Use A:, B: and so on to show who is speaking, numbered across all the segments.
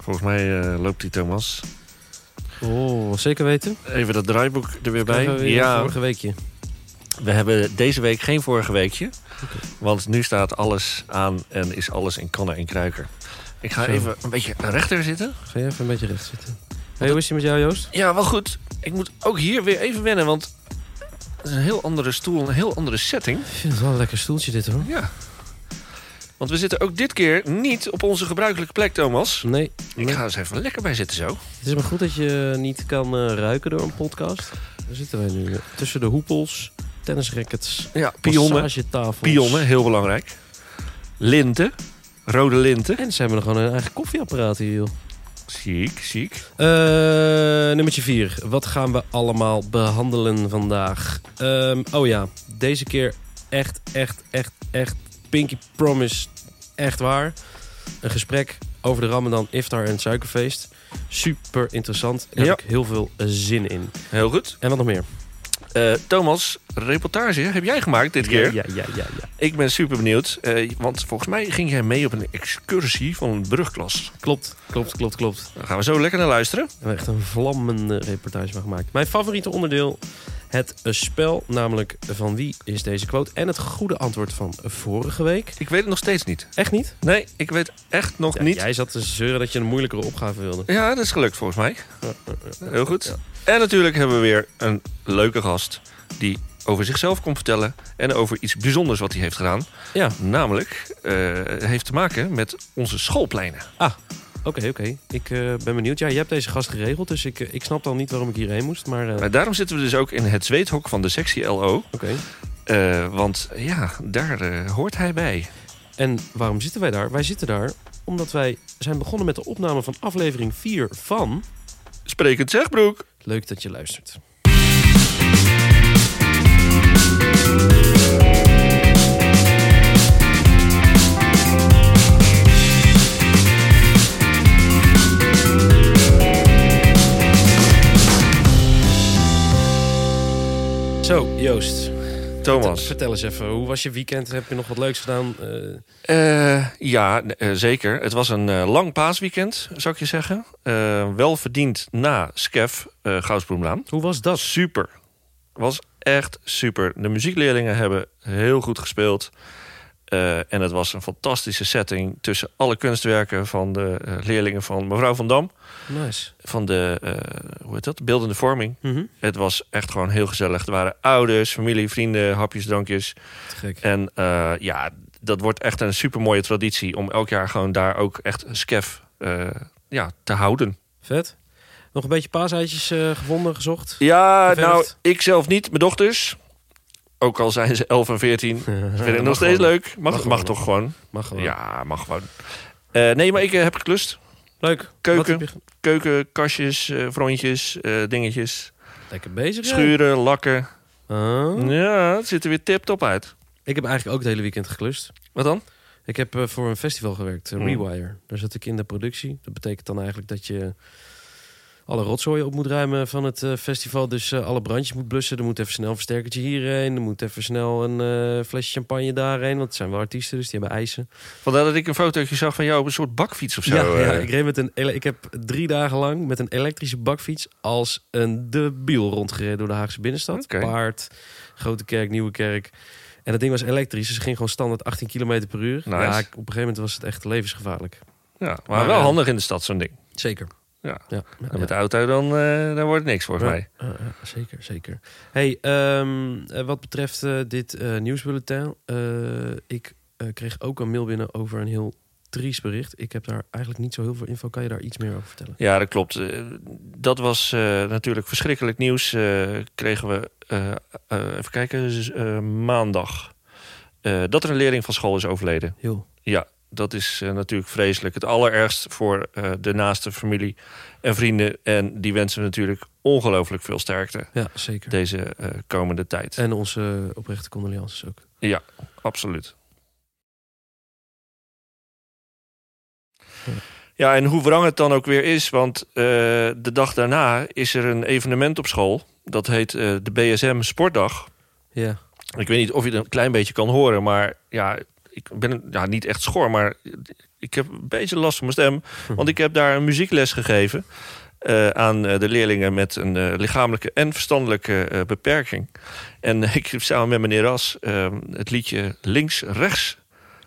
A: Volgens mij eh, loopt die Thomas.
B: Oh, zeker weten.
A: Even dat draaiboek er weer bij.
B: Krijgen we weer
A: ja,
B: Vorige weekje.
A: we hebben deze week geen vorige weekje. Want nu staat alles aan en is alles in kannen en kruiken. Ik ga
B: Zo.
A: even een beetje rechter zitten.
B: Ga je even een beetje recht zitten. Hey, hoe is het met jou, Joost?
A: Ja, wel goed. Ik moet ook hier weer even wennen, want het is een heel andere stoel, een heel andere setting.
B: Ik vind het wel een lekker stoeltje dit, hoor.
A: Ja. Want we zitten ook dit keer niet op onze gebruikelijke plek, Thomas.
B: Nee,
A: Ik ga eens even lekker bij zitten zo.
B: het is maar goed dat je niet kan eh, ruiken door een podcast. Daar zitten wij nu. eh, Tussen de hoepels, tennisrackets,
A: Ja, pionnen.
B: massagetafels.
A: Pionnen, heel belangrijk. Linten. Rode linten.
B: En ze hebben nog gewoon een eigen koffieapparaat hier, joh.
A: Ziek, ziek.
B: Eh, nummertje 4. Wat gaan we allemaal behandelen vandaag? Ehm, oh ja, deze keer echt, echt, echt, echt. Pinky Promise, echt waar. Een gesprek over de Ramadan, Iftar en het suikerfeest. Super interessant. Daar heb ik heel veel eh, zin in.
A: Heel goed.
B: En wat nog meer?
A: Eh, Thomas, reportage heb jij gemaakt dit keer.
B: Ja, ja, ja, ja. ja.
A: Ik ben super benieuwd, eh, want volgens mij ging jij mee op een excursie van een brugklas.
B: Klopt, klopt, klopt, klopt.
A: Daar gaan we zo lekker naar luisteren.
B: We hebben echt een vlammende reportage van gemaakt. Mijn favoriete onderdeel, het eh, spel. Namelijk van wie is deze quote? En het goede antwoord van vorige week.
A: Ik weet het nog steeds niet.
B: Echt niet?
A: Nee, ik weet echt nog
B: Ja,
A: niet.
B: Jij zat te zeuren dat je een moeilijkere opgave wilde.
A: Ja, dat is gelukt volgens mij.
B: Ja,
A: Heel goed.
B: Ja.
A: En natuurlijk hebben we weer een leuke gast die over zichzelf komt vertellen en over iets bijzonders wat hij heeft gedaan.
B: Ja,
A: Namelijk, eh, heeft te maken met onze schoolpleinen.
B: oké, oké. Ik eh, ben benieuwd. Ja, je hebt deze gast geregeld, dus ik, eh, ik snap dan niet waarom ik hierheen moest. Maar eh,
A: Maar daarom zitten we dus ook in het zweethok van de sectie LO.
B: oké.
A: Eh, want ja, daar eh, hoort hij bij.
B: En waarom zitten wij daar? Wij zitten daar omdat wij zijn begonnen met de opname van aflevering 4 van...
A: Sprekend Zegbroek.
B: Leuk dat je luistert. Zo, Joost,
A: Thomas.
B: vertel eens even, hoe was je weekend? Heb je nog wat leuks gedaan? Eh,
A: Eh, ja, n- eh, zeker. Het was een eh, lang paasweekend, zou ik je zeggen. Eh, wel verdiend na Skef eh Goudsbloemlaan.
B: hoe was dat?
A: Super. Was echt super. De muziekleerlingen hebben heel goed gespeeld. Eh, en het was een fantastische setting tussen alle kunstwerken van de eh, leerlingen van mevrouw Van Dam.
B: Nice.
A: Van de, eh, hoe heet dat? Beeldende vorming.
B: Mhm.
A: Het was echt gewoon heel gezellig. Er waren ouders, familie, vrienden, hapjes, drankjes.
B: Te gek.
A: En eh, ja, dat wordt echt een supermooie traditie om elk jaar gewoon daar ook echt een skef eh, ja, te houden.
B: Vet. Nog een beetje paaseitjes eh, gevonden, gezocht?
A: Ja,
B: Geverfd.
A: nou, ik zelf niet, mijn dochters. Ook al zijn ze 11 en 14. Vind ik nog steeds leuk. Mag, mag,
B: Mag gewoon.
A: toch gewoon?
B: Mag gewoon.
A: Ja, mag gewoon. Eh, nee, maar ik eh, heb geklust.
B: Leuk.
A: Keuken.
B: Wat heb je ge-
A: Keuken, kastjes, eh, frontjes, eh, dingetjes.
B: Lekker bezig. jij.
A: Schuren, lakken.
B: Ah.
A: Ja, het ziet er weer tip-top uit.
B: Ik heb eigenlijk ook het hele weekend geklust.
A: Wat dan?
B: Ik heb eh, voor een festival gewerkt, eh,
A: Hmm.
B: Rewire. Daar zat ik in de productie. Dat betekent dan eigenlijk dat je alle rotzooi op moet ruimen van het eh, festival. Dus eh, alle brandjes moet blussen. Er moet even snel een versterkertje hierheen. Er moet even snel een eh, flesje champagne daarheen. Want het zijn wel artiesten, dus die hebben eisen.
A: Vandaar dat ik een fotootje zag van jou op een soort bakfiets of zo.
B: ja, ja,
A: eh.
B: ik, reed met een, ele- ik heb drie dagen lang met een elektrische bakfiets als een debiel rondgereden door de Haagse binnenstad.
A: Oké.
B: Paard, Grote Kerk, Nieuwe Kerk. En dat ding was elektrisch, dus het ging gewoon standaard 18 km per uur.
A: Nice.
B: Ja, ik- op een gegeven moment was het echt levensgevaarlijk.
A: Ja, maar,
B: Maar,
A: wel
B: eh,
A: handig in de stad, zo'n ding.
B: Zeker.
A: Ja.
B: ja,
A: En met de
B: ja.
A: auto, dan, eh, dan wordt het niks, volgens
B: Ja.
A: mij.
B: Eh, eh, zeker, zeker. Hey, ehm, eh, wat betreft eh, dit eh, nieuwsbulletin, eh, ik eh, kreeg ook een mail binnen over een heel triest bericht. Ik heb daar eigenlijk niet zo heel veel info. Kan je daar iets meer over vertellen?
A: Ja, dat klopt. Eh, Dat was eh, natuurlijk verschrikkelijk nieuws. eh, kregen we, eh, eh, even kijken, z- eh, maandag. Eh, dat er een leerling van school is overleden.
B: Heel.
A: Ja, dat is eh, natuurlijk vreselijk. Het allerergst voor eh, de naaste familie en vrienden. En die wensen we natuurlijk ongelooflijk veel sterkte
B: Ja, zeker.
A: deze eh, komende tijd.
B: En onze eh, oprechte condolences ook.
A: Ja, absoluut. Ja, en hoe wrang het dan ook weer is, want eh, de dag daarna is er een evenement op school. Dat heet eh, de BSM Sportdag.
B: Ja.
A: Ik weet niet of je het een klein beetje kan horen, maar ja, ik ben ja, niet echt schor, maar ik heb een beetje last van mijn
B: Hm.
A: stem. Want ik heb daar een muziekles gegeven eh, aan eh, de leerlingen met een eh, lichamelijke en verstandelijke eh, beperking. En ik heb samen met meneer Ras eh, het liedje Links-Rechts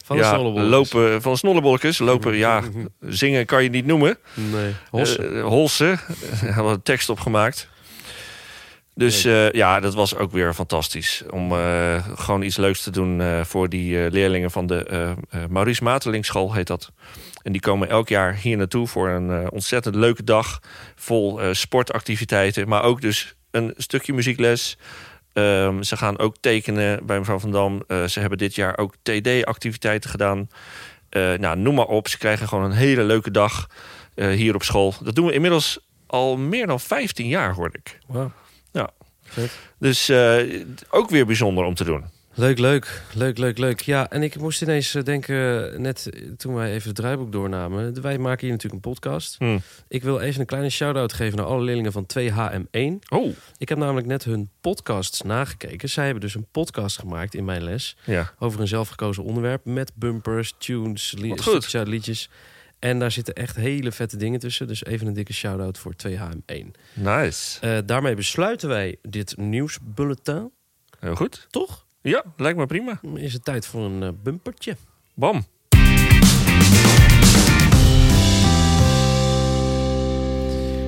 B: Van
A: ja,
B: de Mhm. snollebolletjes.
A: Lopen, van snollebolletjes. Lopen, ja, zingen kan je niet noemen.
B: Nee. Hossen.
A: Eh, Holsen. Daar hadden we een tekst op gemaakt. Dus eh, ja, dat was ook weer fantastisch. Om eh, gewoon iets leuks te doen eh, voor die eh, leerlingen van de eh eh, Maurice Mateling School heet dat. En die komen elk jaar hier naartoe voor een eh, ontzettend leuke dag. Vol eh, sportactiviteiten, maar ook dus een stukje muziekles. Ehm, ze gaan ook tekenen bij mevrouw Van Dam. Eh, ze hebben dit jaar ook TD-activiteiten gedaan. Eh, nou, noem maar op. Ze krijgen gewoon een hele leuke dag eh, hier op school. Dat doen we inmiddels al meer dan 15 jaar, hoorde ik.
B: Wauw.
A: Dus eh, ook weer bijzonder om te doen.
B: Leuk, leuk, leuk, leuk, leuk. Ja, en ik moest ineens eh, denken, net eh, toen wij even het draaiboek doornamen. Wij maken hier natuurlijk een podcast.
A: Hmm.
B: Ik wil even een kleine shout-out geven naar alle leerlingen van 2HM1.
A: Oh,
B: Ik heb namelijk net hun podcasts nagekeken. Zij hebben dus een podcast gemaakt in mijn les.
A: ja.
B: over een zelfgekozen onderwerp. Met bumpers, tunes, li-
A: Wat goed.
B: stukjes uit liedjes. En daar zitten echt hele vette dingen tussen. Dus even een dikke shout-out voor 2HM1.
A: Nice.
B: Eh, daarmee besluiten wij dit nieuwsbulletin,
A: Heel goed.
B: toch?
A: Ja, lijkt me prima.
B: Is het tijd voor een eh, bumpertje.
A: Bam.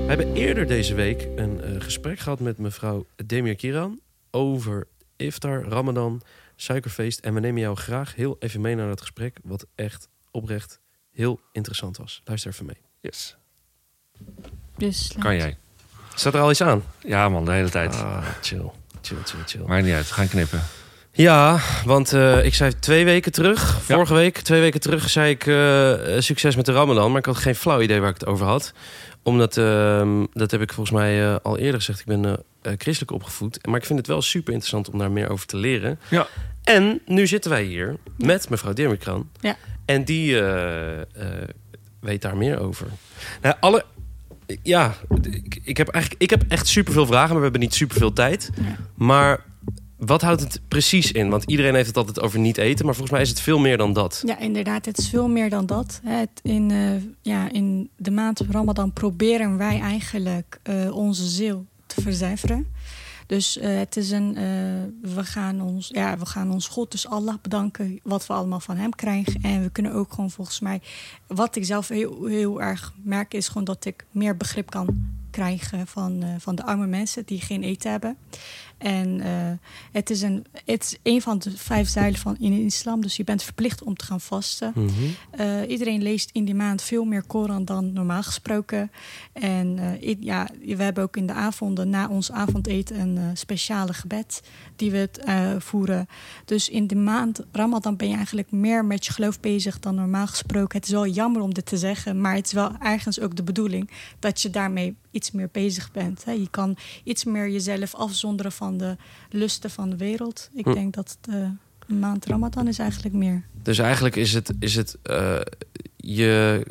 B: We hebben eerder deze week een eh, gesprek gehad met mevrouw Demir Kiran... over iftar, ramadan, suikerfeest. En we nemen jou graag heel even mee naar dat gesprek... wat echt oprecht heel interessant was. Luister even mee.
A: Yes.
C: Dus
A: Kan jij.
B: Staat er al iets aan?
A: Ja man, de hele tijd.
B: Ah, chill. Chill, chill, chill.
A: Maakt niet uit. We gaan knippen.
B: Ja, want eh, ik zei twee weken terug, vorige week, twee weken terug, zei ik eh, eh, succes met de Ramadan. Maar ik had geen flauw idee waar ik het over had. Omdat, ehm, dat heb ik volgens mij eh, al eerder gezegd, ik ben eh, eh, christelijk opgevoed. Maar ik vind het wel super interessant om daar meer over te leren.
A: Ja.
B: En nu zitten wij hier met mevrouw Dirmikran.
C: Ja.
B: En die eh, eh, weet daar meer over. Nou, alle, ja, ik, ik, heb eigenlijk, ik heb echt superveel vragen, maar we hebben niet superveel tijd.
C: Nee.
B: Maar wat houdt het precies in? Want iedereen heeft het altijd over niet eten, maar volgens mij is het veel meer dan dat.
C: Ja, inderdaad. Het is veel meer dan dat. hè. Het- In, eh, ja, in de maand Ramadan proberen wij eigenlijk eh, onze ziel te verzuiveren. Dus eh, het is een, eh, we, gaan ons, ja, we gaan ons God, dus Allah, bedanken wat we allemaal van hem krijgen. En we kunnen ook gewoon volgens mij, wat ik zelf heel, heel erg merk, is gewoon dat ik meer begrip kan krijgen van, eh, van de arme mensen die geen eten hebben. En eh, het, is een, het is een van de vijf zuilen van in de islam, dus je bent verplicht om te gaan vasten.
A: Mhm.
C: Eh, iedereen leest in die maand veel meer Koran dan normaal gesproken. En eh, i- ja, we hebben ook in de avonden, na ons avondeten, een eh, speciale gebed die we het, eh, voeren. Dus in de maand Ramadan ben je eigenlijk meer met je geloof bezig dan normaal gesproken. Het is wel jammer om dit te zeggen, maar het is wel ergens ook de bedoeling dat je daarmee iets meer bezig bent. Hè? Je kan iets meer jezelf afzonderen van de lusten van de wereld. Ik
B: Hm.
C: denk dat de maand Ramadan is eigenlijk meer.
B: Dus eigenlijk is het, is het eh, je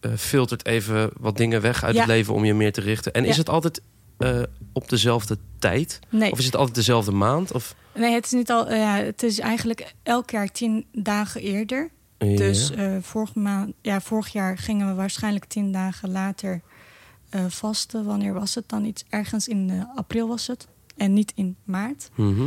B: eh, filtert even wat dingen weg uit
C: Ja.
B: het leven om je meer te richten. En is
C: Ja.
B: het altijd eh, op dezelfde tijd?
C: Nee.
B: Of is het altijd dezelfde maand? Of...
C: Nee, het is niet al. eh, ja, het is eigenlijk elk jaar tien dagen eerder. Dus eh vorig, maand, ja, vorig jaar gingen we waarschijnlijk tien dagen later eh, vasten. Wanneer was het dan? Iets ergens in eh, april was het. En niet in maart.
B: Mhm.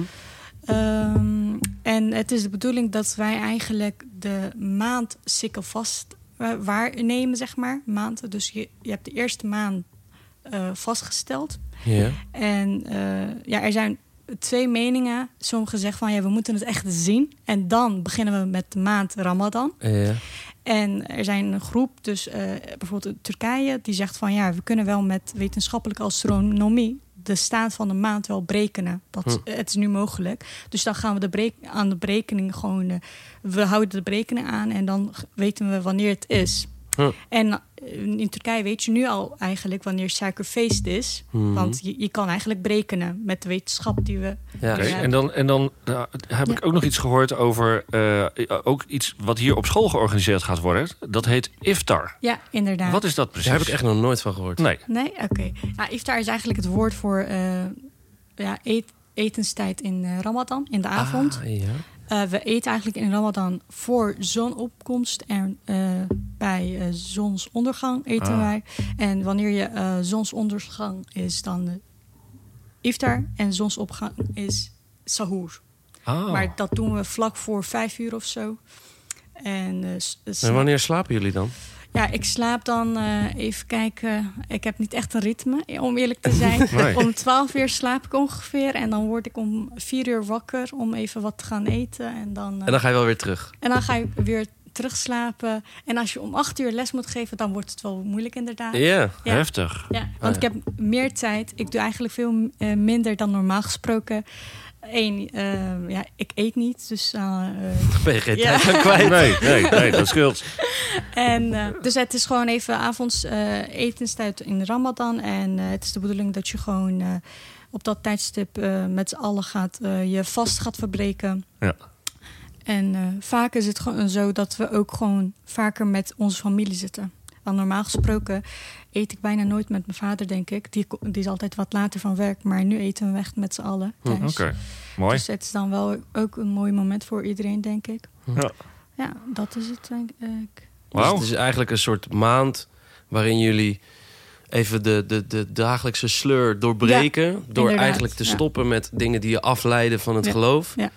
C: Ehm, en het is de bedoeling dat wij eigenlijk de maand sikkelvast vast waarnemen, zeg maar. Maanden. Dus je, je hebt de eerste maand eh, vastgesteld.
B: Ja.
C: En eh, ja, er zijn twee meningen. Sommigen zeggen van ja, we moeten het echt zien. En dan beginnen we met de maand Ramadan.
B: Ja.
C: En er zijn een groep, dus eh, bijvoorbeeld Turkije, die zegt van ja, we kunnen wel met wetenschappelijke astronomie de staat van de maand wel berekenen. Dat, eh,
B: Hm.
C: Het is nu mogelijk. Dus dan gaan we de brek- aan de berekening gewoon, eh, we houden de berekening aan en dan g- weten we wanneer het is.
B: Hm.
C: En eh, in Turkije weet je nu al eigenlijk wanneer suikerfeest is.
B: Mhm.
C: Want je, je kan eigenlijk berekenen met de wetenschap die we.
B: Ja.
A: Oké,
C: Ja.
A: en dan, en dan nou, heb ik ook nog iets gehoord over eh, ook iets wat hier op school georganiseerd gaat worden. Dat heet Iftar.
C: Ja, inderdaad.
A: Wat is dat precies?
B: Daar heb ik echt nog nooit van gehoord.
A: Nee.
C: Nee? Oké. Ja, iftar is eigenlijk het woord voor eh, ja, eet, etenstijd in eh, Ramadan, in de avond.
B: Ah, ja.
C: Eh, we eten eigenlijk in Ramadan voor zonopkomst en eh, bij eh, zonsondergang eten
A: Ah.
C: wij. En wanneer je eh, zonsondergang is, dan de iftar en zonsopgang is sahur.
A: Oh.
B: Ah.
C: Maar dat doen we vlak voor vijf uur of zo. En, eh, s- s-
B: En wanneer slapen jullie dan?
C: ja, ik slaap dan eh, even kijken. Ik heb niet echt een ritme, om eerlijk te zijn.
A: Nee.
C: Om 12 uur slaap ik ongeveer. En dan word ik om 4 uur wakker om even wat te gaan eten. En dan, eh,
B: En dan ga je wel weer terug.
C: en dan ga je weer terugslapen. En als je om 8 uur les moet geven, dan wordt het wel moeilijk inderdaad.
B: Ja.
C: Ja.
A: Heftig.
C: Ja, want
B: Ah,
C: ik heb meer tijd. Ik doe eigenlijk veel eh, minder dan normaal gesproken. Eén, eh, ja, ik eet niet. Dus, eh, eh,
B: Ben je geen
C: Ja.
B: tijd aan kwijt?
A: Nee, nee, nee, dat scheelt.
C: en, eh, dus het is gewoon even avonds eh, etenstijd in Ramadan. En eh, het is de bedoeling dat je gewoon eh, op dat tijdstip eh, met z'n allen gaat, eh, je vast gaat verbreken.
A: Ja.
C: En eh, vaak is het gewoon zo dat we ook gewoon vaker met onze familie zitten. Want normaal gesproken eet ik bijna nooit met mijn vader, denk ik. Die, ko- die is altijd wat later van werk, maar nu eten we echt met z'n allen
B: Hm,
C: thuis.
A: Oké, mooi.
C: Dus het is dan wel ook een mooi moment voor iedereen, denk ik.
A: Ja.
C: Ja, dat is het, denk ik.
B: Dus
A: Wauw.
B: het is eigenlijk een soort maand waarin jullie even de, de, de dagelijkse sleur doorbreken. door
C: inderdaad,
B: eigenlijk te
C: ja.
B: stoppen met dingen die je afleiden van het
C: Ja,
B: geloof.
C: ja.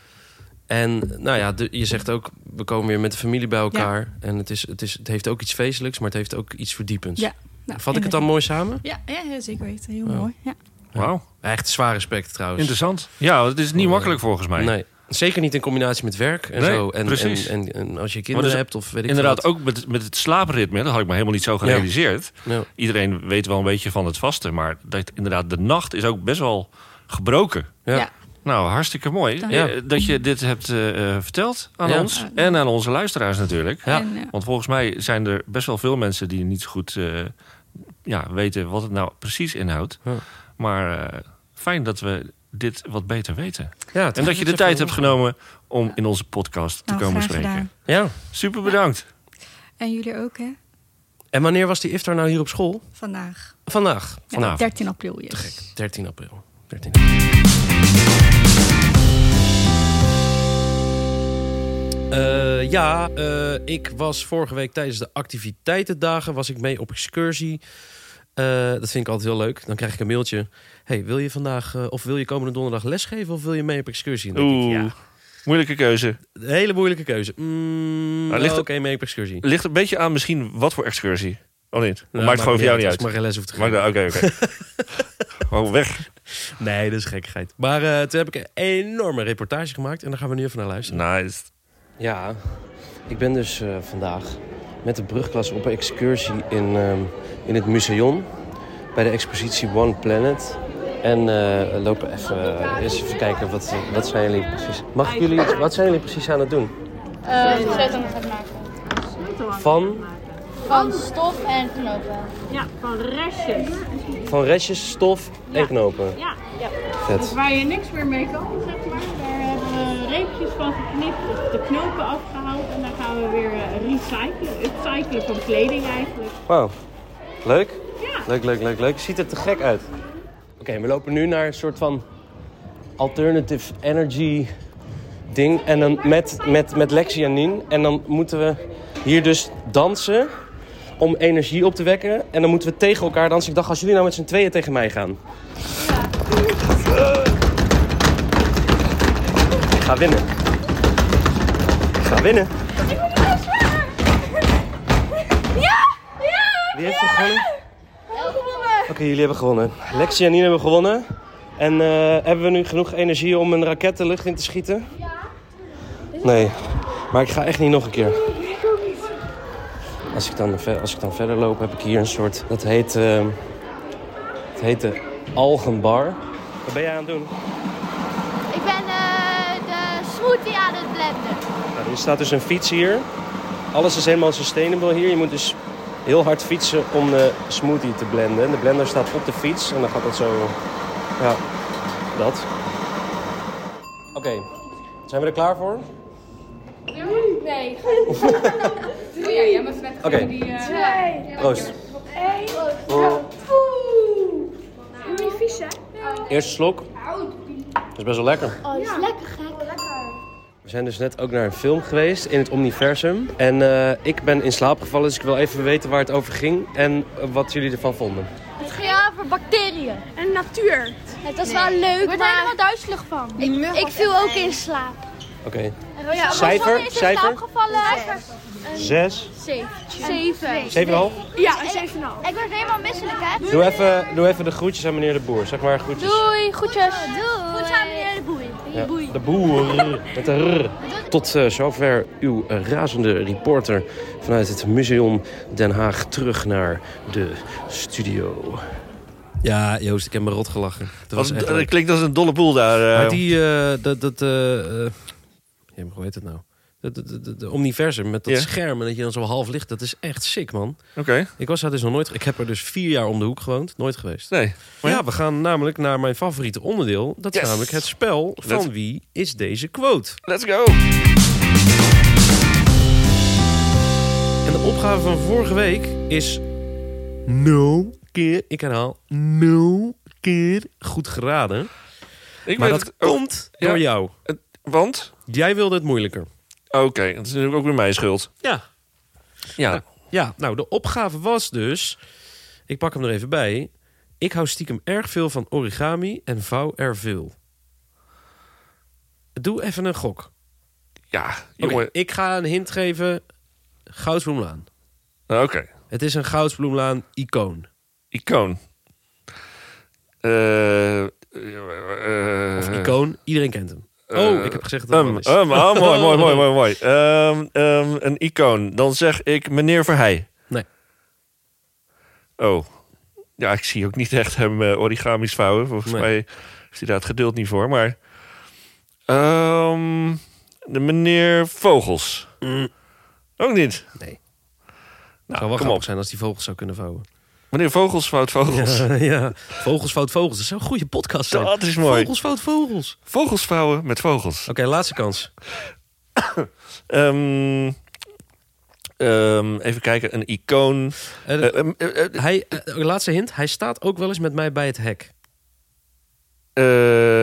B: En nou ja, de- je zegt ook, we komen weer met de familie bij elkaar. En het, is, het, is, het heeft ook iets feestelijks, maar het heeft ook iets verdiepends.
C: Ja, Nou,
B: Vat ik het dan
C: inderdaad.
B: mooi Oh. samen?
C: Ja, ja, ja, zeker weten. Heel
B: Ja.
C: mooi. Ja.
A: Wauw.
B: Echt zwaar respect trouwens.
A: Interessant. Ja, want het is niet makkelijk volgens mij.
B: Nee. Zeker niet in combinatie met werk en
A: Nee,
B: zo. En,
A: precies.
B: En, en, en als je kinderen
A: dus
B: hebt of weet ik
A: Inderdaad,
B: veel
A: ook met, met het slaapritme, dat had ik me helemaal niet zo gerealiseerd.
B: wat. Ja.
A: Iedereen weet wel een beetje van het vasten, maar dat, inderdaad, de nacht is ook best wel gebroken.
B: Ja.
C: Ja.
A: Nou, hartstikke mooi
C: Dank.
A: eh, dat je dit hebt eh, eh, verteld aan
B: Ja.
A: ons en aan onze luisteraars natuurlijk.
B: Ja.
C: En, eh,
A: Want volgens mij zijn er best wel veel mensen die niet zo goed eh, ja, weten wat het nou precies inhoudt.
B: Ja.
A: Maar eh, fijn dat we dit wat beter weten.
B: Ja,
A: En dat je de
B: even-
A: tijd hebt genomen om in onze podcast te
C: nou,
A: komen
C: graag
A: spreken.
C: gedaan.
B: Ja.
A: Super bedankt.
C: En jullie ook, hè?
B: En wanneer was die iftar nou hier op school?
C: Vandaag.
B: Vandaag.
C: Ja,
A: Vanavond.
C: 13 april, yes.
B: Te gek. 13 april. 13 Eh, ja, eh, ik was vorige week tijdens de activiteitendagen was ik mee op excursie. Eh, dat vind ik altijd heel leuk. Dan krijg ik een mailtje. Hey, wil je vandaag eh, of wil je komende donderdag lesgeven of wil je mee op excursie? En dan denk ik,
A: Oeh,
B: ja,
A: moeilijke keuze.
B: een hele moeilijke keuze. Mm,
A: Maar Nou, ligt
B: Oké,
A: er-
B: mee op excursie.
A: Ligt een beetje aan misschien wat voor excursie. Of niet?
B: Nou,
A: maakt gewoon voor jou niet
B: als
A: uit.
B: ik maar geen les hoef te
A: Maakt
B: geven.
A: nou- Oké, oké. Gewoon weg.
B: Nee, dat is gekkigheid. Maar eh, toen heb ik een enorme reportage gemaakt en daar gaan we nu even naar luisteren.
A: Nice.
B: Ja, ik ben dus eh, vandaag met de brugklas op een excursie in, ehm, in het museum. Bij de expositie One Planet. En eh lopen even, eh, eerst even kijken, wat, wat zijn jullie precies... Mag ik jullie, wat zijn jullie precies aan het doen?
D: Eh, sleutel gaat maken.
B: Van,
D: Van stof en knopen.
E: Ja, van restjes.
B: van restjes, stof en knopen.
E: Ja, ja. Dus
B: Vet.
E: waar je niks meer mee kan, zeg maar. Daar hebben we reepjes van geknipt, of de knopen afgehaald. En dan gaan we weer eh, recyclen, upcyclen van kleding eigenlijk.
B: Wauw. Leuk.
E: Ja.
B: Leuk, leuk, leuk, leuk. Ziet er te gek uit. Oké, we lopen nu naar een soort van alternative energy ding. En dan met, met, met Lexi en Nien. En dan moeten we hier dus dansen om energie op te wekken. En dan moeten we tegen elkaar dansen. Ik dacht, als jullie nou met z'n tweeën tegen mij gaan. Ik ga winnen. Ik ga winnen. Wie heeft er gewonnen? Oké, jullie hebben gewonnen. Lexi en Nien hebben gewonnen. En eh, hebben we nu genoeg energie om een raket de lucht in te schieten? Ja. Nee, maar ik ga echt niet nog een keer. Als ik dan, ver- als ik dan verder loop, heb ik hier een soort... Dat heet... eh, het heet de Algenbar. Wat ben jij aan het doen?
D: Ik ben eh, de smoothie aan het blenden.
B: Nou, er staat dus een fiets hier. Alles is helemaal sustainable hier. Je moet dus heel hard fietsen om de smoothie te blenden. De blender staat op de fiets en dan gaat dat zo. Ja, dat. Oké, zijn we er klaar voor?
D: Nee.
B: Oké. Proost. Eerste slok. Dat is best wel lekker.
D: Oh, dat is lekker gek.
B: We zijn dus net ook naar een film geweest in het Omniversum. En eh, ik ben in slaap gevallen, dus ik wil even weten waar het over ging en eh, wat jullie ervan vonden.
D: Het ging over bacteriën.
F: En natuur.
D: Het was wel leuk,
F: Ik word er helemaal
D: duizelig van.
F: Die mug
D: Ik, ik
F: was
D: viel
F: echt
D: ook
F: eng.
D: in slaap.
B: Oké,
D: Ja,
B: Cijfer?
D: Wanneer is in
B: Cijfer?
D: slaap gevallen?
B: zes,
D: Zeven.
B: zeven half.
F: Ja, een 7,5.
D: Ik word helemaal misselijk, hè?
B: Doe even, doe even de groetjes aan meneer de boer. Zeg maar groetjes.
D: Doei, groetjes. Doei. Goed aan meneer de boei.
B: Ja, de boer. Met een rr. Tot eh, zover uw razende reporter vanuit het Museum Den Haag terug naar de studio. Ja, Joost, ik heb me rot gelachen. Dat was
A: Dat,
B: echt
A: dat
B: leuk.
A: klinkt als een dolle boel daar. eh.
B: Maar die, eh, dat, dat, eh, eh, ja, maar hoe heet het nou? Dat, dat, dat, dat Omniversum met dat
A: Ja.
B: scherm en dat je dan zo half ligt, dat is echt sick, man.
A: Oké,
B: Ik was daar dus nog nooit, ik heb er dus vier jaar om de hoek gewoond, nooit geweest.
A: nee.
B: Maar ja, we gaan namelijk naar mijn favoriete onderdeel. Dat is
A: Yes.
B: namelijk het spel van
A: Let's-
B: wie is deze quote?
A: Let's go.
B: En de opgave van vorige week is nul keer, ik herhaal, nul keer goed geraden.
A: Ik
B: maar
A: weet
B: dat
A: het ook,
B: komt
A: ja.
B: door jou.
A: Oh, want...
B: Jij wilde het moeilijker.
A: Oké, dat is natuurlijk ook weer mijn schuld.
B: Ja.
A: Ja,
B: Ja, nou, de opgave was dus... Ik pak hem er even bij. Ik hou stiekem erg veel van origami en vouw er veel. Doe even een gok.
A: ja
B: Oké,
A: jongen.
B: ik ga een hint geven. Goudsbloemlaan.
A: Nou, Oké,
B: Het is een Goudsbloemlaan-icoon.
A: icoon. Eh, eh,
B: Of
A: eh,
B: icoon, iedereen kent hem. oh, ik heb gezegd dat het
A: Um,
B: wel is.
A: um, ah, mooi, mooi, mooi, mooi, mooi. Um, um, een icoon. Dan zeg ik meneer Verheij.
B: Nee.
A: Oh. Ja, ik zie ook niet echt hem eh, origami's vouwen. Volgens
B: Nee.
A: mij heeft hij daar het geduld niet voor. Maar ehm, de meneer Vogels.
B: Mm.
A: Ook niet. Nou,
B: Het zou wel
A: kom
B: grappig
A: op.
B: zijn als die vogels zou kunnen vouwen.
A: Meneer Vogels fout vogels.
B: Ja, ja. Vogels, fout, vogels. Dat zou een goede podcast zijn.
A: Dat is mooi.
B: Vogels, fout, vogels.
A: Vogels vouwen met vogels.
B: Oké, laatste kans.
A: Ehm, ehm, even kijken, een icoon.
B: Eh,
A: Eh, ehm, eh, eh,
B: hij, eh, laatste hint. Hij staat ook wel eens met mij bij het hek.
A: eh,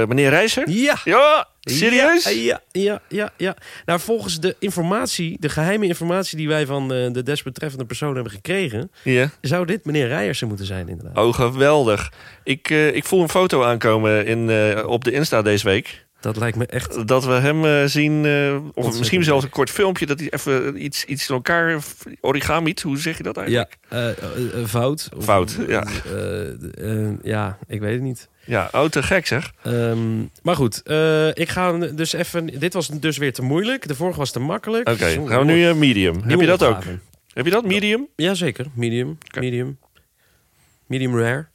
A: meneer Reizer?
B: Ja.
A: Ja, serieus?
B: Ja, ja, ja, ja, ja. Nou, volgens de informatie, de geheime informatie die wij van eh, de desbetreffende persoon hebben gekregen,
A: Ja.
B: zou dit meneer Rijersen moeten zijn, inderdaad.
A: Oh, geweldig. Ik, eh, ik voel een foto aankomen in, eh, op de Insta deze week.
B: Dat lijkt me echt.
A: Dat we hem eh, zien, eh, of
B: Ontzettend
A: misschien zelfs een kort filmpje... dat hij even iets, iets in elkaar f- origamiet. Hoe zeg je dat
B: Ja,
A: eigenlijk?
B: eh, eh, eh, fout. Of,
A: Fout, ja.
B: eh, eh, eh, ja, ik weet het niet.
A: Ja, oh, te gek zeg.
B: Ehm, maar goed, eh, ik ga dus even. Dit was dus weer te moeilijk. De vorige was te makkelijk.
A: Oké, gaan we nu eh, medium. Heb je dat ook?
B: Nieuwe opgave.
A: Heb je dat, medium?
B: Jazeker, medium. Medium. Medium rare.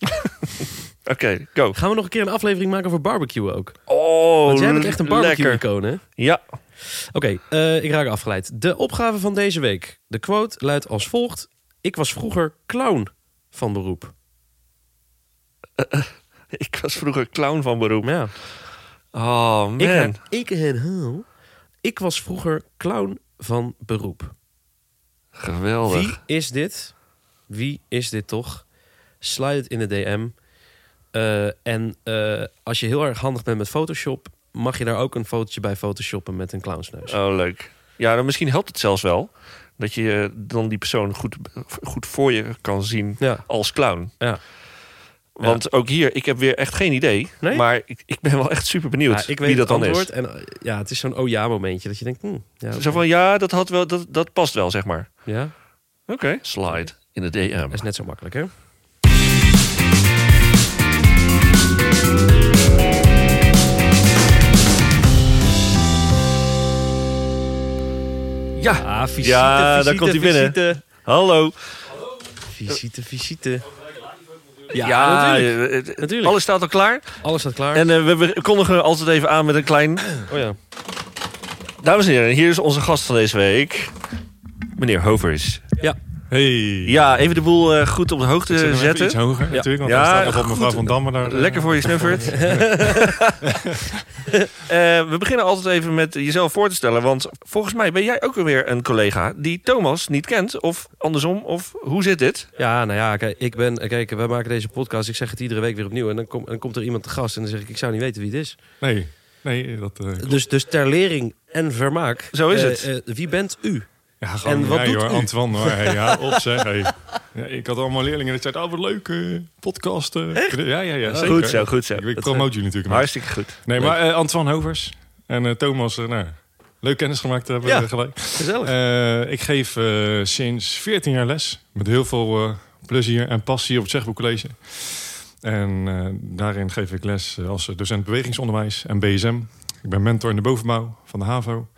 A: Oké, go.
B: Gaan we nog een keer een aflevering maken over barbecue ook?
A: Oh,
B: Want jij bent echt een
A: lekker.
B: barbecue-icoon, hè?
A: Ja,
B: Oké, eh, ik raak afgeleid. De opgave van deze week. De quote luidt als volgt. Ik was vroeger clown van beroep.
A: ik was vroeger clown van beroep.
B: Ja.
A: Oh, man.
B: Ik, her- ik herhaal. Ik was vroeger clown van beroep.
A: Geweldig.
B: Wie is dit? Wie is dit toch? Slide het in de DM. Eh, en eh, als je heel erg handig bent met Photoshop... mag je daar ook een fotootje bij photoshoppen met een clownsneus.
A: Oh, leuk. Ja, dan misschien helpt het zelfs wel. Dat je eh, dan die persoon goed, goed voor je kan zien
B: Ja.
A: als clown.
B: Ja.
A: Want ook hier, ik heb weer echt geen idee.
B: Nee?
A: Maar ik, ik ben wel echt super benieuwd
B: Ja, Nou, ik weet
A: wie dat
B: het
A: dan
B: antwoord.
A: is.
B: En eh, ja, het is zo'n oh ja momentje. Dat je denkt, hm, ja,
A: Zo van, ja, dat, had wel, dat, dat past wel, zeg maar.
B: ja,
A: Oké, slide in de DM.
B: dat is net zo makkelijk, hè?
A: Ja,
B: Ah, visite,
A: Ja,
B: visite,
A: daar komt hij binnen.
B: Visite,
A: hallo.
B: visite. visite. Ja,
A: Ja,
B: natuurlijk.
A: eh, eh,
B: Natuurlijk.
A: alles staat al klaar.
B: Alles staat klaar.
A: En eh, we, we kondigen altijd even aan met een klein...
B: oh ja.
A: Dames en heren, hier is onze gast van deze week. Meneer Hovers.
B: Ja.
G: Hey.
A: Ja, even de boel eh, goed op de hoogte
G: Ik zet hem even
A: zetten.
G: Iets hoger natuurlijk, want
A: Ja,
G: daar staat nog op
A: goed.
G: mevrouw Van Damme. Daar, eh,
A: Lekker voor je snuffert. we beginnen altijd even met jezelf voor te stellen. Want volgens mij ben jij ook weer een collega die Thomas niet kent. Of andersom, of hoe zit dit?
B: ja, nou ja, kijk, ik ben, kijk, wij maken deze podcast. Ik zeg het iedere week weer opnieuw. En dan, kom, dan komt er iemand te gast en dan zeg ik, ik zou niet weten wie het is.
G: Nee, Nee, dat... eh, klopt.
B: Dus, dus ter lering en vermaak.
A: Zo is
B: Eh,
A: het.
B: eh, wie bent u?
G: ja, gewoon,
B: en wat
G: ja,
B: doet
G: hoor,
B: u?
G: Antoine hoor. Hey, ja, op zeg. hey. Ja, ik had allemaal leerlingen die zeiden, oh wat leuk, eh, podcast. eh. Ja, ja, ja, zeker.
A: Goed zo, goed zo.
G: Ik, ik
A: Dat,
G: promote jullie
A: eh,
G: natuurlijk. maar-
A: Hartstikke goed.
G: Nee, maar eh, Antoine Hovers en eh, Thomas, eh, nou, leuk kennis gemaakt te hebben
B: Ja.
G: eh, gelijk.
B: Gezellig.
G: Eh, ik geef eh, sinds 14 jaar les. Met heel veel eh, plezier en passie op het Zegboek College. En eh, daarin geef ik les eh, als docent bewegingsonderwijs en BSM. Ik ben mentor in de bovenbouw van de HAVO.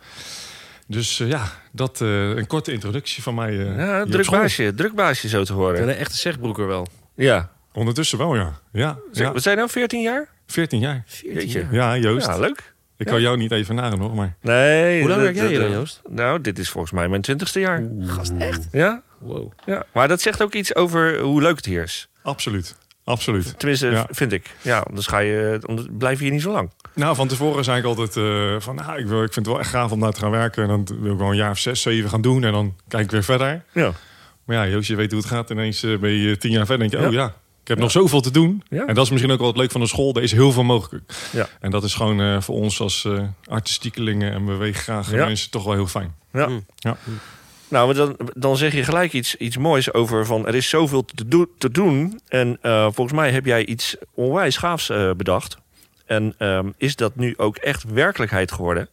G: Dus eh, ja, dat eh, een korte introductie van mij. eh, hier
A: Ja,
G: op
A: druk
G: school.
A: baasje, druk baasje zo te horen.
B: een echte zegbroeker wel.
A: Ja.
G: Ondertussen wel, ja. Ja,
A: Zeg,
G: ja.
A: Wat zijn nou 14 jaar?
G: 14 jaar.
B: 14
A: Jeetje.
B: jaar.
G: Ja, Joost.
A: Ja, leuk.
G: Ik kan jou niet even nagen nog, maar...
A: Nee.
B: Hoe lang
A: dat-
B: werk jij hier
A: dat-
B: dan, Joost?
A: Nou, dit is volgens mij mijn twintigste jaar.
B: Gast, echt?
A: Ja?
B: Wow.
A: ja. Maar dat zegt ook iets over hoe leuk het hier is.
G: Absoluut. Absoluut.
A: Tenminste,
G: Ja.
A: v- vind ik. Ja, anders ga je, anders blijf je hier niet zo lang.
G: Nou, van tevoren zei ik altijd eh, van, nou, ik, wil, ik vind het wel echt gaaf om daar te gaan werken. En dan wil ik wel een jaar of zes, zeven gaan doen en dan kijk ik weer verder.
A: Ja.
G: Maar ja, Joost, je weet hoe het gaat. Ineens eh, ben je tien jaar verder en denk je,
A: Ja.
G: oh ja, ik heb nog zoveel te doen.
A: Ja.
G: En dat is misschien ook wel het leuk van de school. Er is heel veel mogelijk.
A: Ja.
G: En dat is gewoon eh, voor ons als eh artistiekelingen en beweeggrage
A: Ja.
G: mensen toch wel heel fijn.
A: Ja.
G: Ja.
A: Nou, maar dan, dan zeg je gelijk iets, iets moois over van er is zoveel te, do- te doen. En eh, volgens mij heb jij iets onwijs gaafs eh, bedacht. En ehm, is dat nu ook echt werkelijkheid geworden?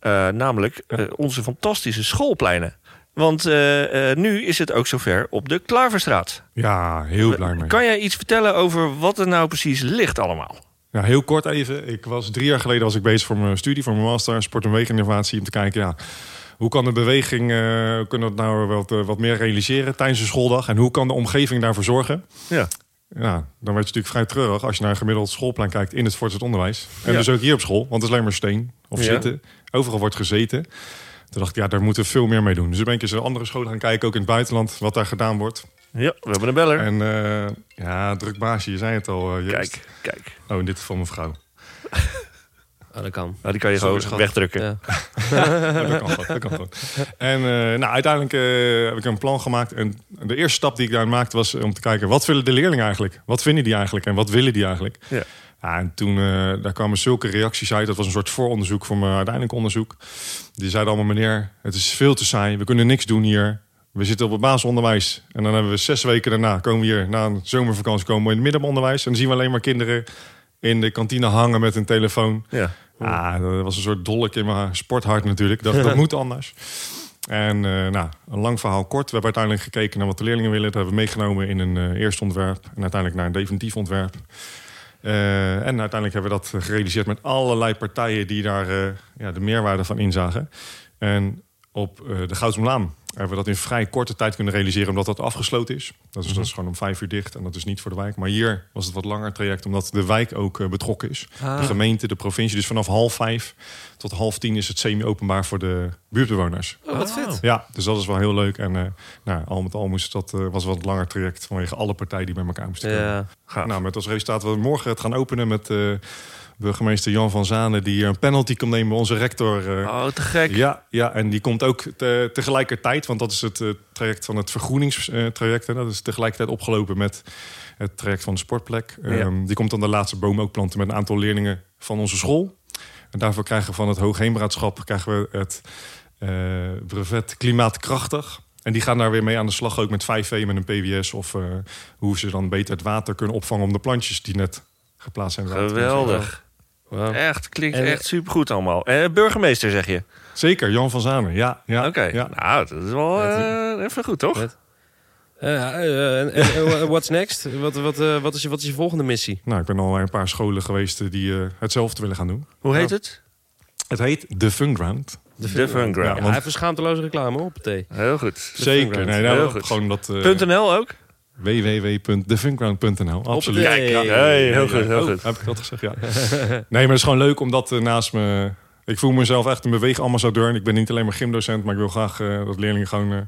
A: Eh, namelijk eh, onze fantastische schoolpleinen. Want eh, eh, nu is het ook zover op de Klaverstraat.
G: Ja, heel blij mee.
A: Kan jij iets vertellen over wat er nou precies ligt allemaal?
G: Ja, Nou, heel kort even. Ik was drie jaar geleden was ik bezig voor mijn studie, voor mijn master sport en weginnovatie, om te kijken, ja, hoe kan de beweging, eh, hoe kunnen we dat nou wat, eh, wat meer realiseren tijdens de schooldag en hoe kan de omgeving daarvoor zorgen?
A: Ja.
G: Ja, dan werd je natuurlijk vrij treurig als je naar een gemiddeld schoolplan kijkt in het voortgezet onderwijs. En
A: Ja.
G: dus ook hier op school, want het is alleen maar steen of
A: Ja.
G: zitten. Overal wordt gezeten. Toen dacht ik, ja, daar moeten we veel meer mee doen. Dus toen ben ik eens naar andere scholen gaan kijken, ook in het buitenland, wat daar gedaan wordt.
A: Ja, we hebben een beller.
G: En eh, ja, druk baasje, je zei het al. eh, Joost.
A: Kijk, kijk.
G: Oh, en dit is van mijn vrouw.
B: Ah, dat kan.
A: Nou, die kan je
G: Sorry,
A: gewoon
G: schat.
A: wegdrukken.
B: Ja.
G: Ja, dat kan gewoon, dat kan gewoon. En eh, nou, uiteindelijk eh, heb ik een plan gemaakt. En de eerste stap die ik daarin maakte was om te kijken... wat willen de leerlingen eigenlijk? Wat vinden die eigenlijk? En wat willen die eigenlijk?
A: Ja.
G: Ja, en toen eh, daar kwamen zulke reacties uit. Dat was een soort vooronderzoek voor mijn uiteindelijk onderzoek. Die zeiden allemaal, meneer, het is veel te saai. We kunnen niks doen hier. We zitten op het basisonderwijs. En dan hebben we zes weken daarna, komen we hier na een zomervakantie... komen we in het middenonderwijs. En dan zien we alleen maar kinderen in de kantine hangen met een telefoon.
A: Ja.
G: Ah, dat was een soort dolk in mijn sporthart natuurlijk. Ik dacht, dat moet anders. En eh, nou, een lang verhaal kort. We hebben uiteindelijk gekeken naar wat de leerlingen willen. Dat hebben we meegenomen in een eh eerste ontwerp. En uiteindelijk naar een definitief ontwerp. Eh, en uiteindelijk hebben we dat eh, gerealiseerd met allerlei partijen... die daar eh, ja, de meerwaarde van inzagen. En op eh, de Goudsomlaan hebben we dat in vrij korte tijd kunnen realiseren... omdat dat afgesloten is. Dat is, dat is gewoon om vijf uur dicht en dat is niet voor de wijk. Maar hier was het wat langer traject, omdat de wijk ook eh, betrokken is. De gemeente, de provincie. Dus vanaf half vijf tot half tien is het semi-openbaar voor de buurtbewoners.
B: Oh,
A: Ah.
B: wat vet.
G: Ja, dus dat is wel heel leuk. En eh, nou, al met al moest dat, eh, was wel een langer traject... vanwege alle partijen die bij elkaar moesten komen.
B: Ja.
A: Gaaf.
G: Nou, met als resultaat dat we morgen het gaan openen met eh, burgemeester Jan van Zanen... die hier een penalty kan nemen, onze rector... eh,
A: Oh, te gek.
G: ja, ja, en die komt ook te- tegelijkertijd, want dat is het eh, traject van het vergroeningstraject. en dat is tegelijkertijd opgelopen met het traject van de sportplek. Ehm, die komt dan de laatste boom ook planten met een aantal leerlingen van onze school. En daarvoor krijgen we van het Hoogheemraadschap krijgen we het eh, brevet Klimaatkrachtig. En die gaan daar weer mee aan de slag, ook met 5V, met een PWS. Of eh, hoe ze dan beter het water kunnen opvangen om de plantjes die net geplaatst zijn. eruit te krijgen.
A: Geweldig.
B: Wauw.
A: Echt, klinkt
B: En-
A: echt supergoed allemaal. Eh, burgemeester zeg je?
G: Zeker, Jan van Zanen. Ja, ja,
A: Oké.
G: ja.
A: Nou, dat is wel
B: Ja,
A: eh, even goed, toch?
B: Ja. Eh, ja, eh, en- en- en wa- what's next? Wat, wat, eh, wat, is je, wat is je volgende missie?
G: Nou, ik ben al bij een paar scholen geweest eh, die eh, hetzelfde willen gaan doen.
A: Hoe heet het?
G: Het heet The Fun Ground.
A: De Funground.
G: Ja,
B: Ja,
G: want-
B: hij heeft een schaamteloze reclame hoor, op het thee.
A: Heel goed.
G: Zeker.
B: Funground.
G: Nee, nou,
A: Heel goed.
G: gewoon dat eh,
A: .nl ook?
G: www.thefunground.nl. Absoluut.
B: Hey.
A: Kijk, hey, heel goed, heel
G: Oh,
A: goed.
G: heb ik dat gezegd? Ja. nee, maar het is gewoon leuk omdat eh, naast me... Ik voel mezelf echt een beweegambassadeur. En ik ben niet alleen maar gymdocent, maar ik wil graag eh, dat leerlingen gewoon eh,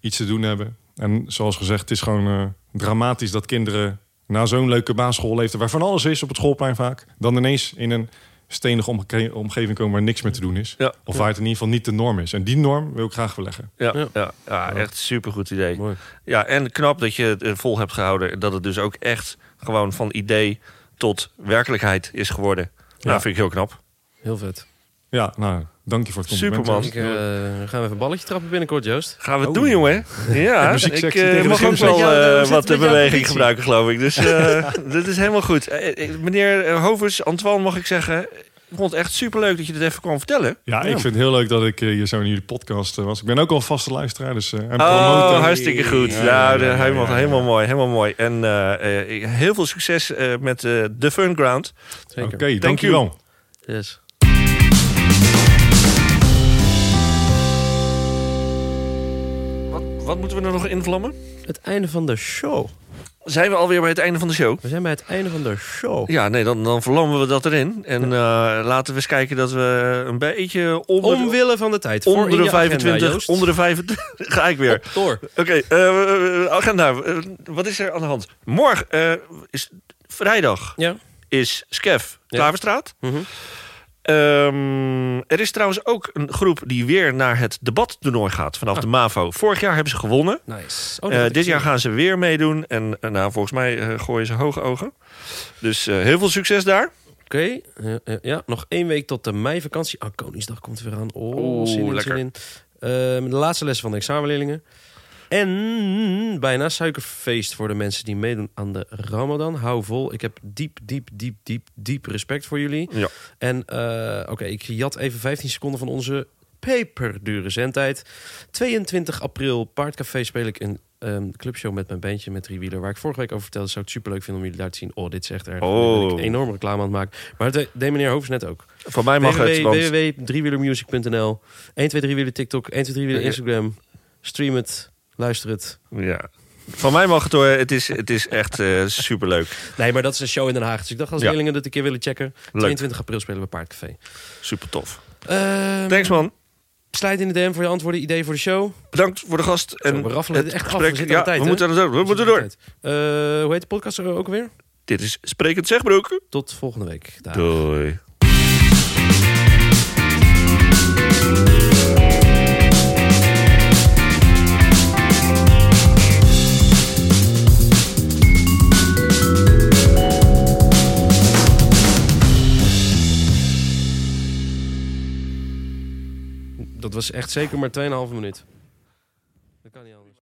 G: iets te doen hebben. En zoals gezegd, het is gewoon eh, dramatisch dat kinderen na zo'n leuke basisschoolleeftijd... waar van alles is op het schoolplein vaak... dan ineens in een stenige omge- omgeving komen waar niks meer te doen is.
A: Ja.
G: Of waar het in ieder geval niet de norm is. En die norm wil ik graag verleggen.
A: Ja,
B: Ja.
A: ja. ja, echt supergoed idee.
B: Mooi.
A: Ja, en knap dat je het eh, vol hebt gehouden. en Dat het dus ook echt gewoon van idee tot werkelijkheid is geworden. Nou,
G: Ja.
A: vind ik heel knap.
B: Heel vet.
G: Ja, nou, dank je voor het compliment.
A: Superman.
B: Ik, eh, gaan we even een balletje trappen binnenkort, Joost.
A: Gaan we het doen, jongen? Ja,
G: muzieksectie
A: ik eh,
G: tegen Oh. de
A: mag ook
G: gymzaal.
A: wel
G: Ja,
A: eh,
G: we zitten
A: wat de
G: met jouw
A: beweging
G: positie.
A: gebruiken, geloof ik. Dus eh dit is helemaal goed. Eh, eh, meneer eh, Hovers, Antoine, mag ik zeggen... Ik vond het echt superleuk dat je dit even kwam vertellen.
G: Ja, ik vind het heel leuk dat ik eh, hier zo in jullie podcast eh, was. Ik ben ook al een vaste luisteraar, dus... eh, en
A: Oh,
G: promotor.
A: hartstikke goed.
G: Ja,
A: Ja,
G: ja, ja,
A: de-
G: ja,
A: helemaal,
G: ja.
A: helemaal mooi, helemaal mooi. En eh, eh, heel veel succes eh, met eh The Funground.
B: Zeker.
G: Oké, dankjewel.
B: Yes.
A: Wat, wat moeten we er nog invlammen?
B: Het einde van de show.
A: Zijn we alweer bij het einde van de show?
B: We zijn bij het einde van de show.
A: Ja, nee, dan, dan verlammen we dat erin. En eh, laten we eens kijken dat we een beetje onder,
B: Omwille van de tijd. Voor
A: onder
B: in
A: de
B: je agenda,
A: 25...
B: Joost.
A: onder de 25... Ga ik weer.
B: Op, door.
A: Oh, Oké, eh, eh, agenda. Eh, wat is er aan de hand? Morgen eh, is vrijdag
B: Ja.
A: is Skef
B: Ja.
A: Klaverstraat.
B: Mhm.
A: Ehm, er is trouwens ook een groep die weer naar het debattoernooi gaat vanaf de MAVO. Vorig jaar hebben ze gewonnen.
B: Nice. Oh, dat
A: Eh,
B: had ik
A: dit
B: gezien.
A: jaar gaan ze weer meedoen. En eh, nou, volgens mij eh, gooien ze hoge ogen. Dus eh, heel veel succes daar.
B: Oké, eh, eh, ja, nog één week tot de meivakantie. Ah, Koningsdag komt weer aan. Oh,
A: Oeh,
B: zin in, zin
A: lekker.
B: in. Ehm, de laatste les van de examenleerlingen. En bijna suikerfeest voor de mensen die meedoen aan de Ramadan. Hou vol. Ik heb diep, diep, diep, diep, diep respect voor jullie.
A: Ja.
B: En eh, oké, ik jat even 15 seconden van onze peperdure zendtijd. 22 april, Paardcafé, speel ik een ehm, clubshow met mijn bandje met driewieler. Waar ik vorige week over vertelde, zou ik het superleuk vinden om jullie daar te zien. Oh, dit is echt erg.
A: Oh.
B: Ik ben enorm reclame aan het maken. Maar dat deed meneer Hoofs net ook.
A: Voor mij mag het. Want
B: www.driewielermusic.nl 1, 2, 3 wieler TikTok, 1, 2, 3 wieler Instagram. Stream het, luister het.
A: ja. Van mij mag het hoor. Het is, het is echt eh, superleuk.
B: Nee, maar dat is een show in Den Haag. Dus ik dacht als
A: Ja.
B: leerlingen dat een keer willen checken. 22 april spelen we Paardcafé.
A: Super tof.
B: Ehm,
A: Thanks man.
B: Sluit in de DM voor je antwoorden, ideeën voor de show.
A: Bedankt voor de gast. En
B: Zo, we raffelen
A: het
B: het echt af.
A: gesprek.
B: We zitten
A: ja,
B: aan tijd,
A: we
B: hè?
A: moeten, er door. we moeten door.
B: Eh, hoe heet de podcast ook alweer?
A: Dit is Sprekend Zegbroek.
B: Tot volgende week. Dag.
A: Doei.
B: Dat was echt zeker maar 2,5 minuut. Dat kan niet anders.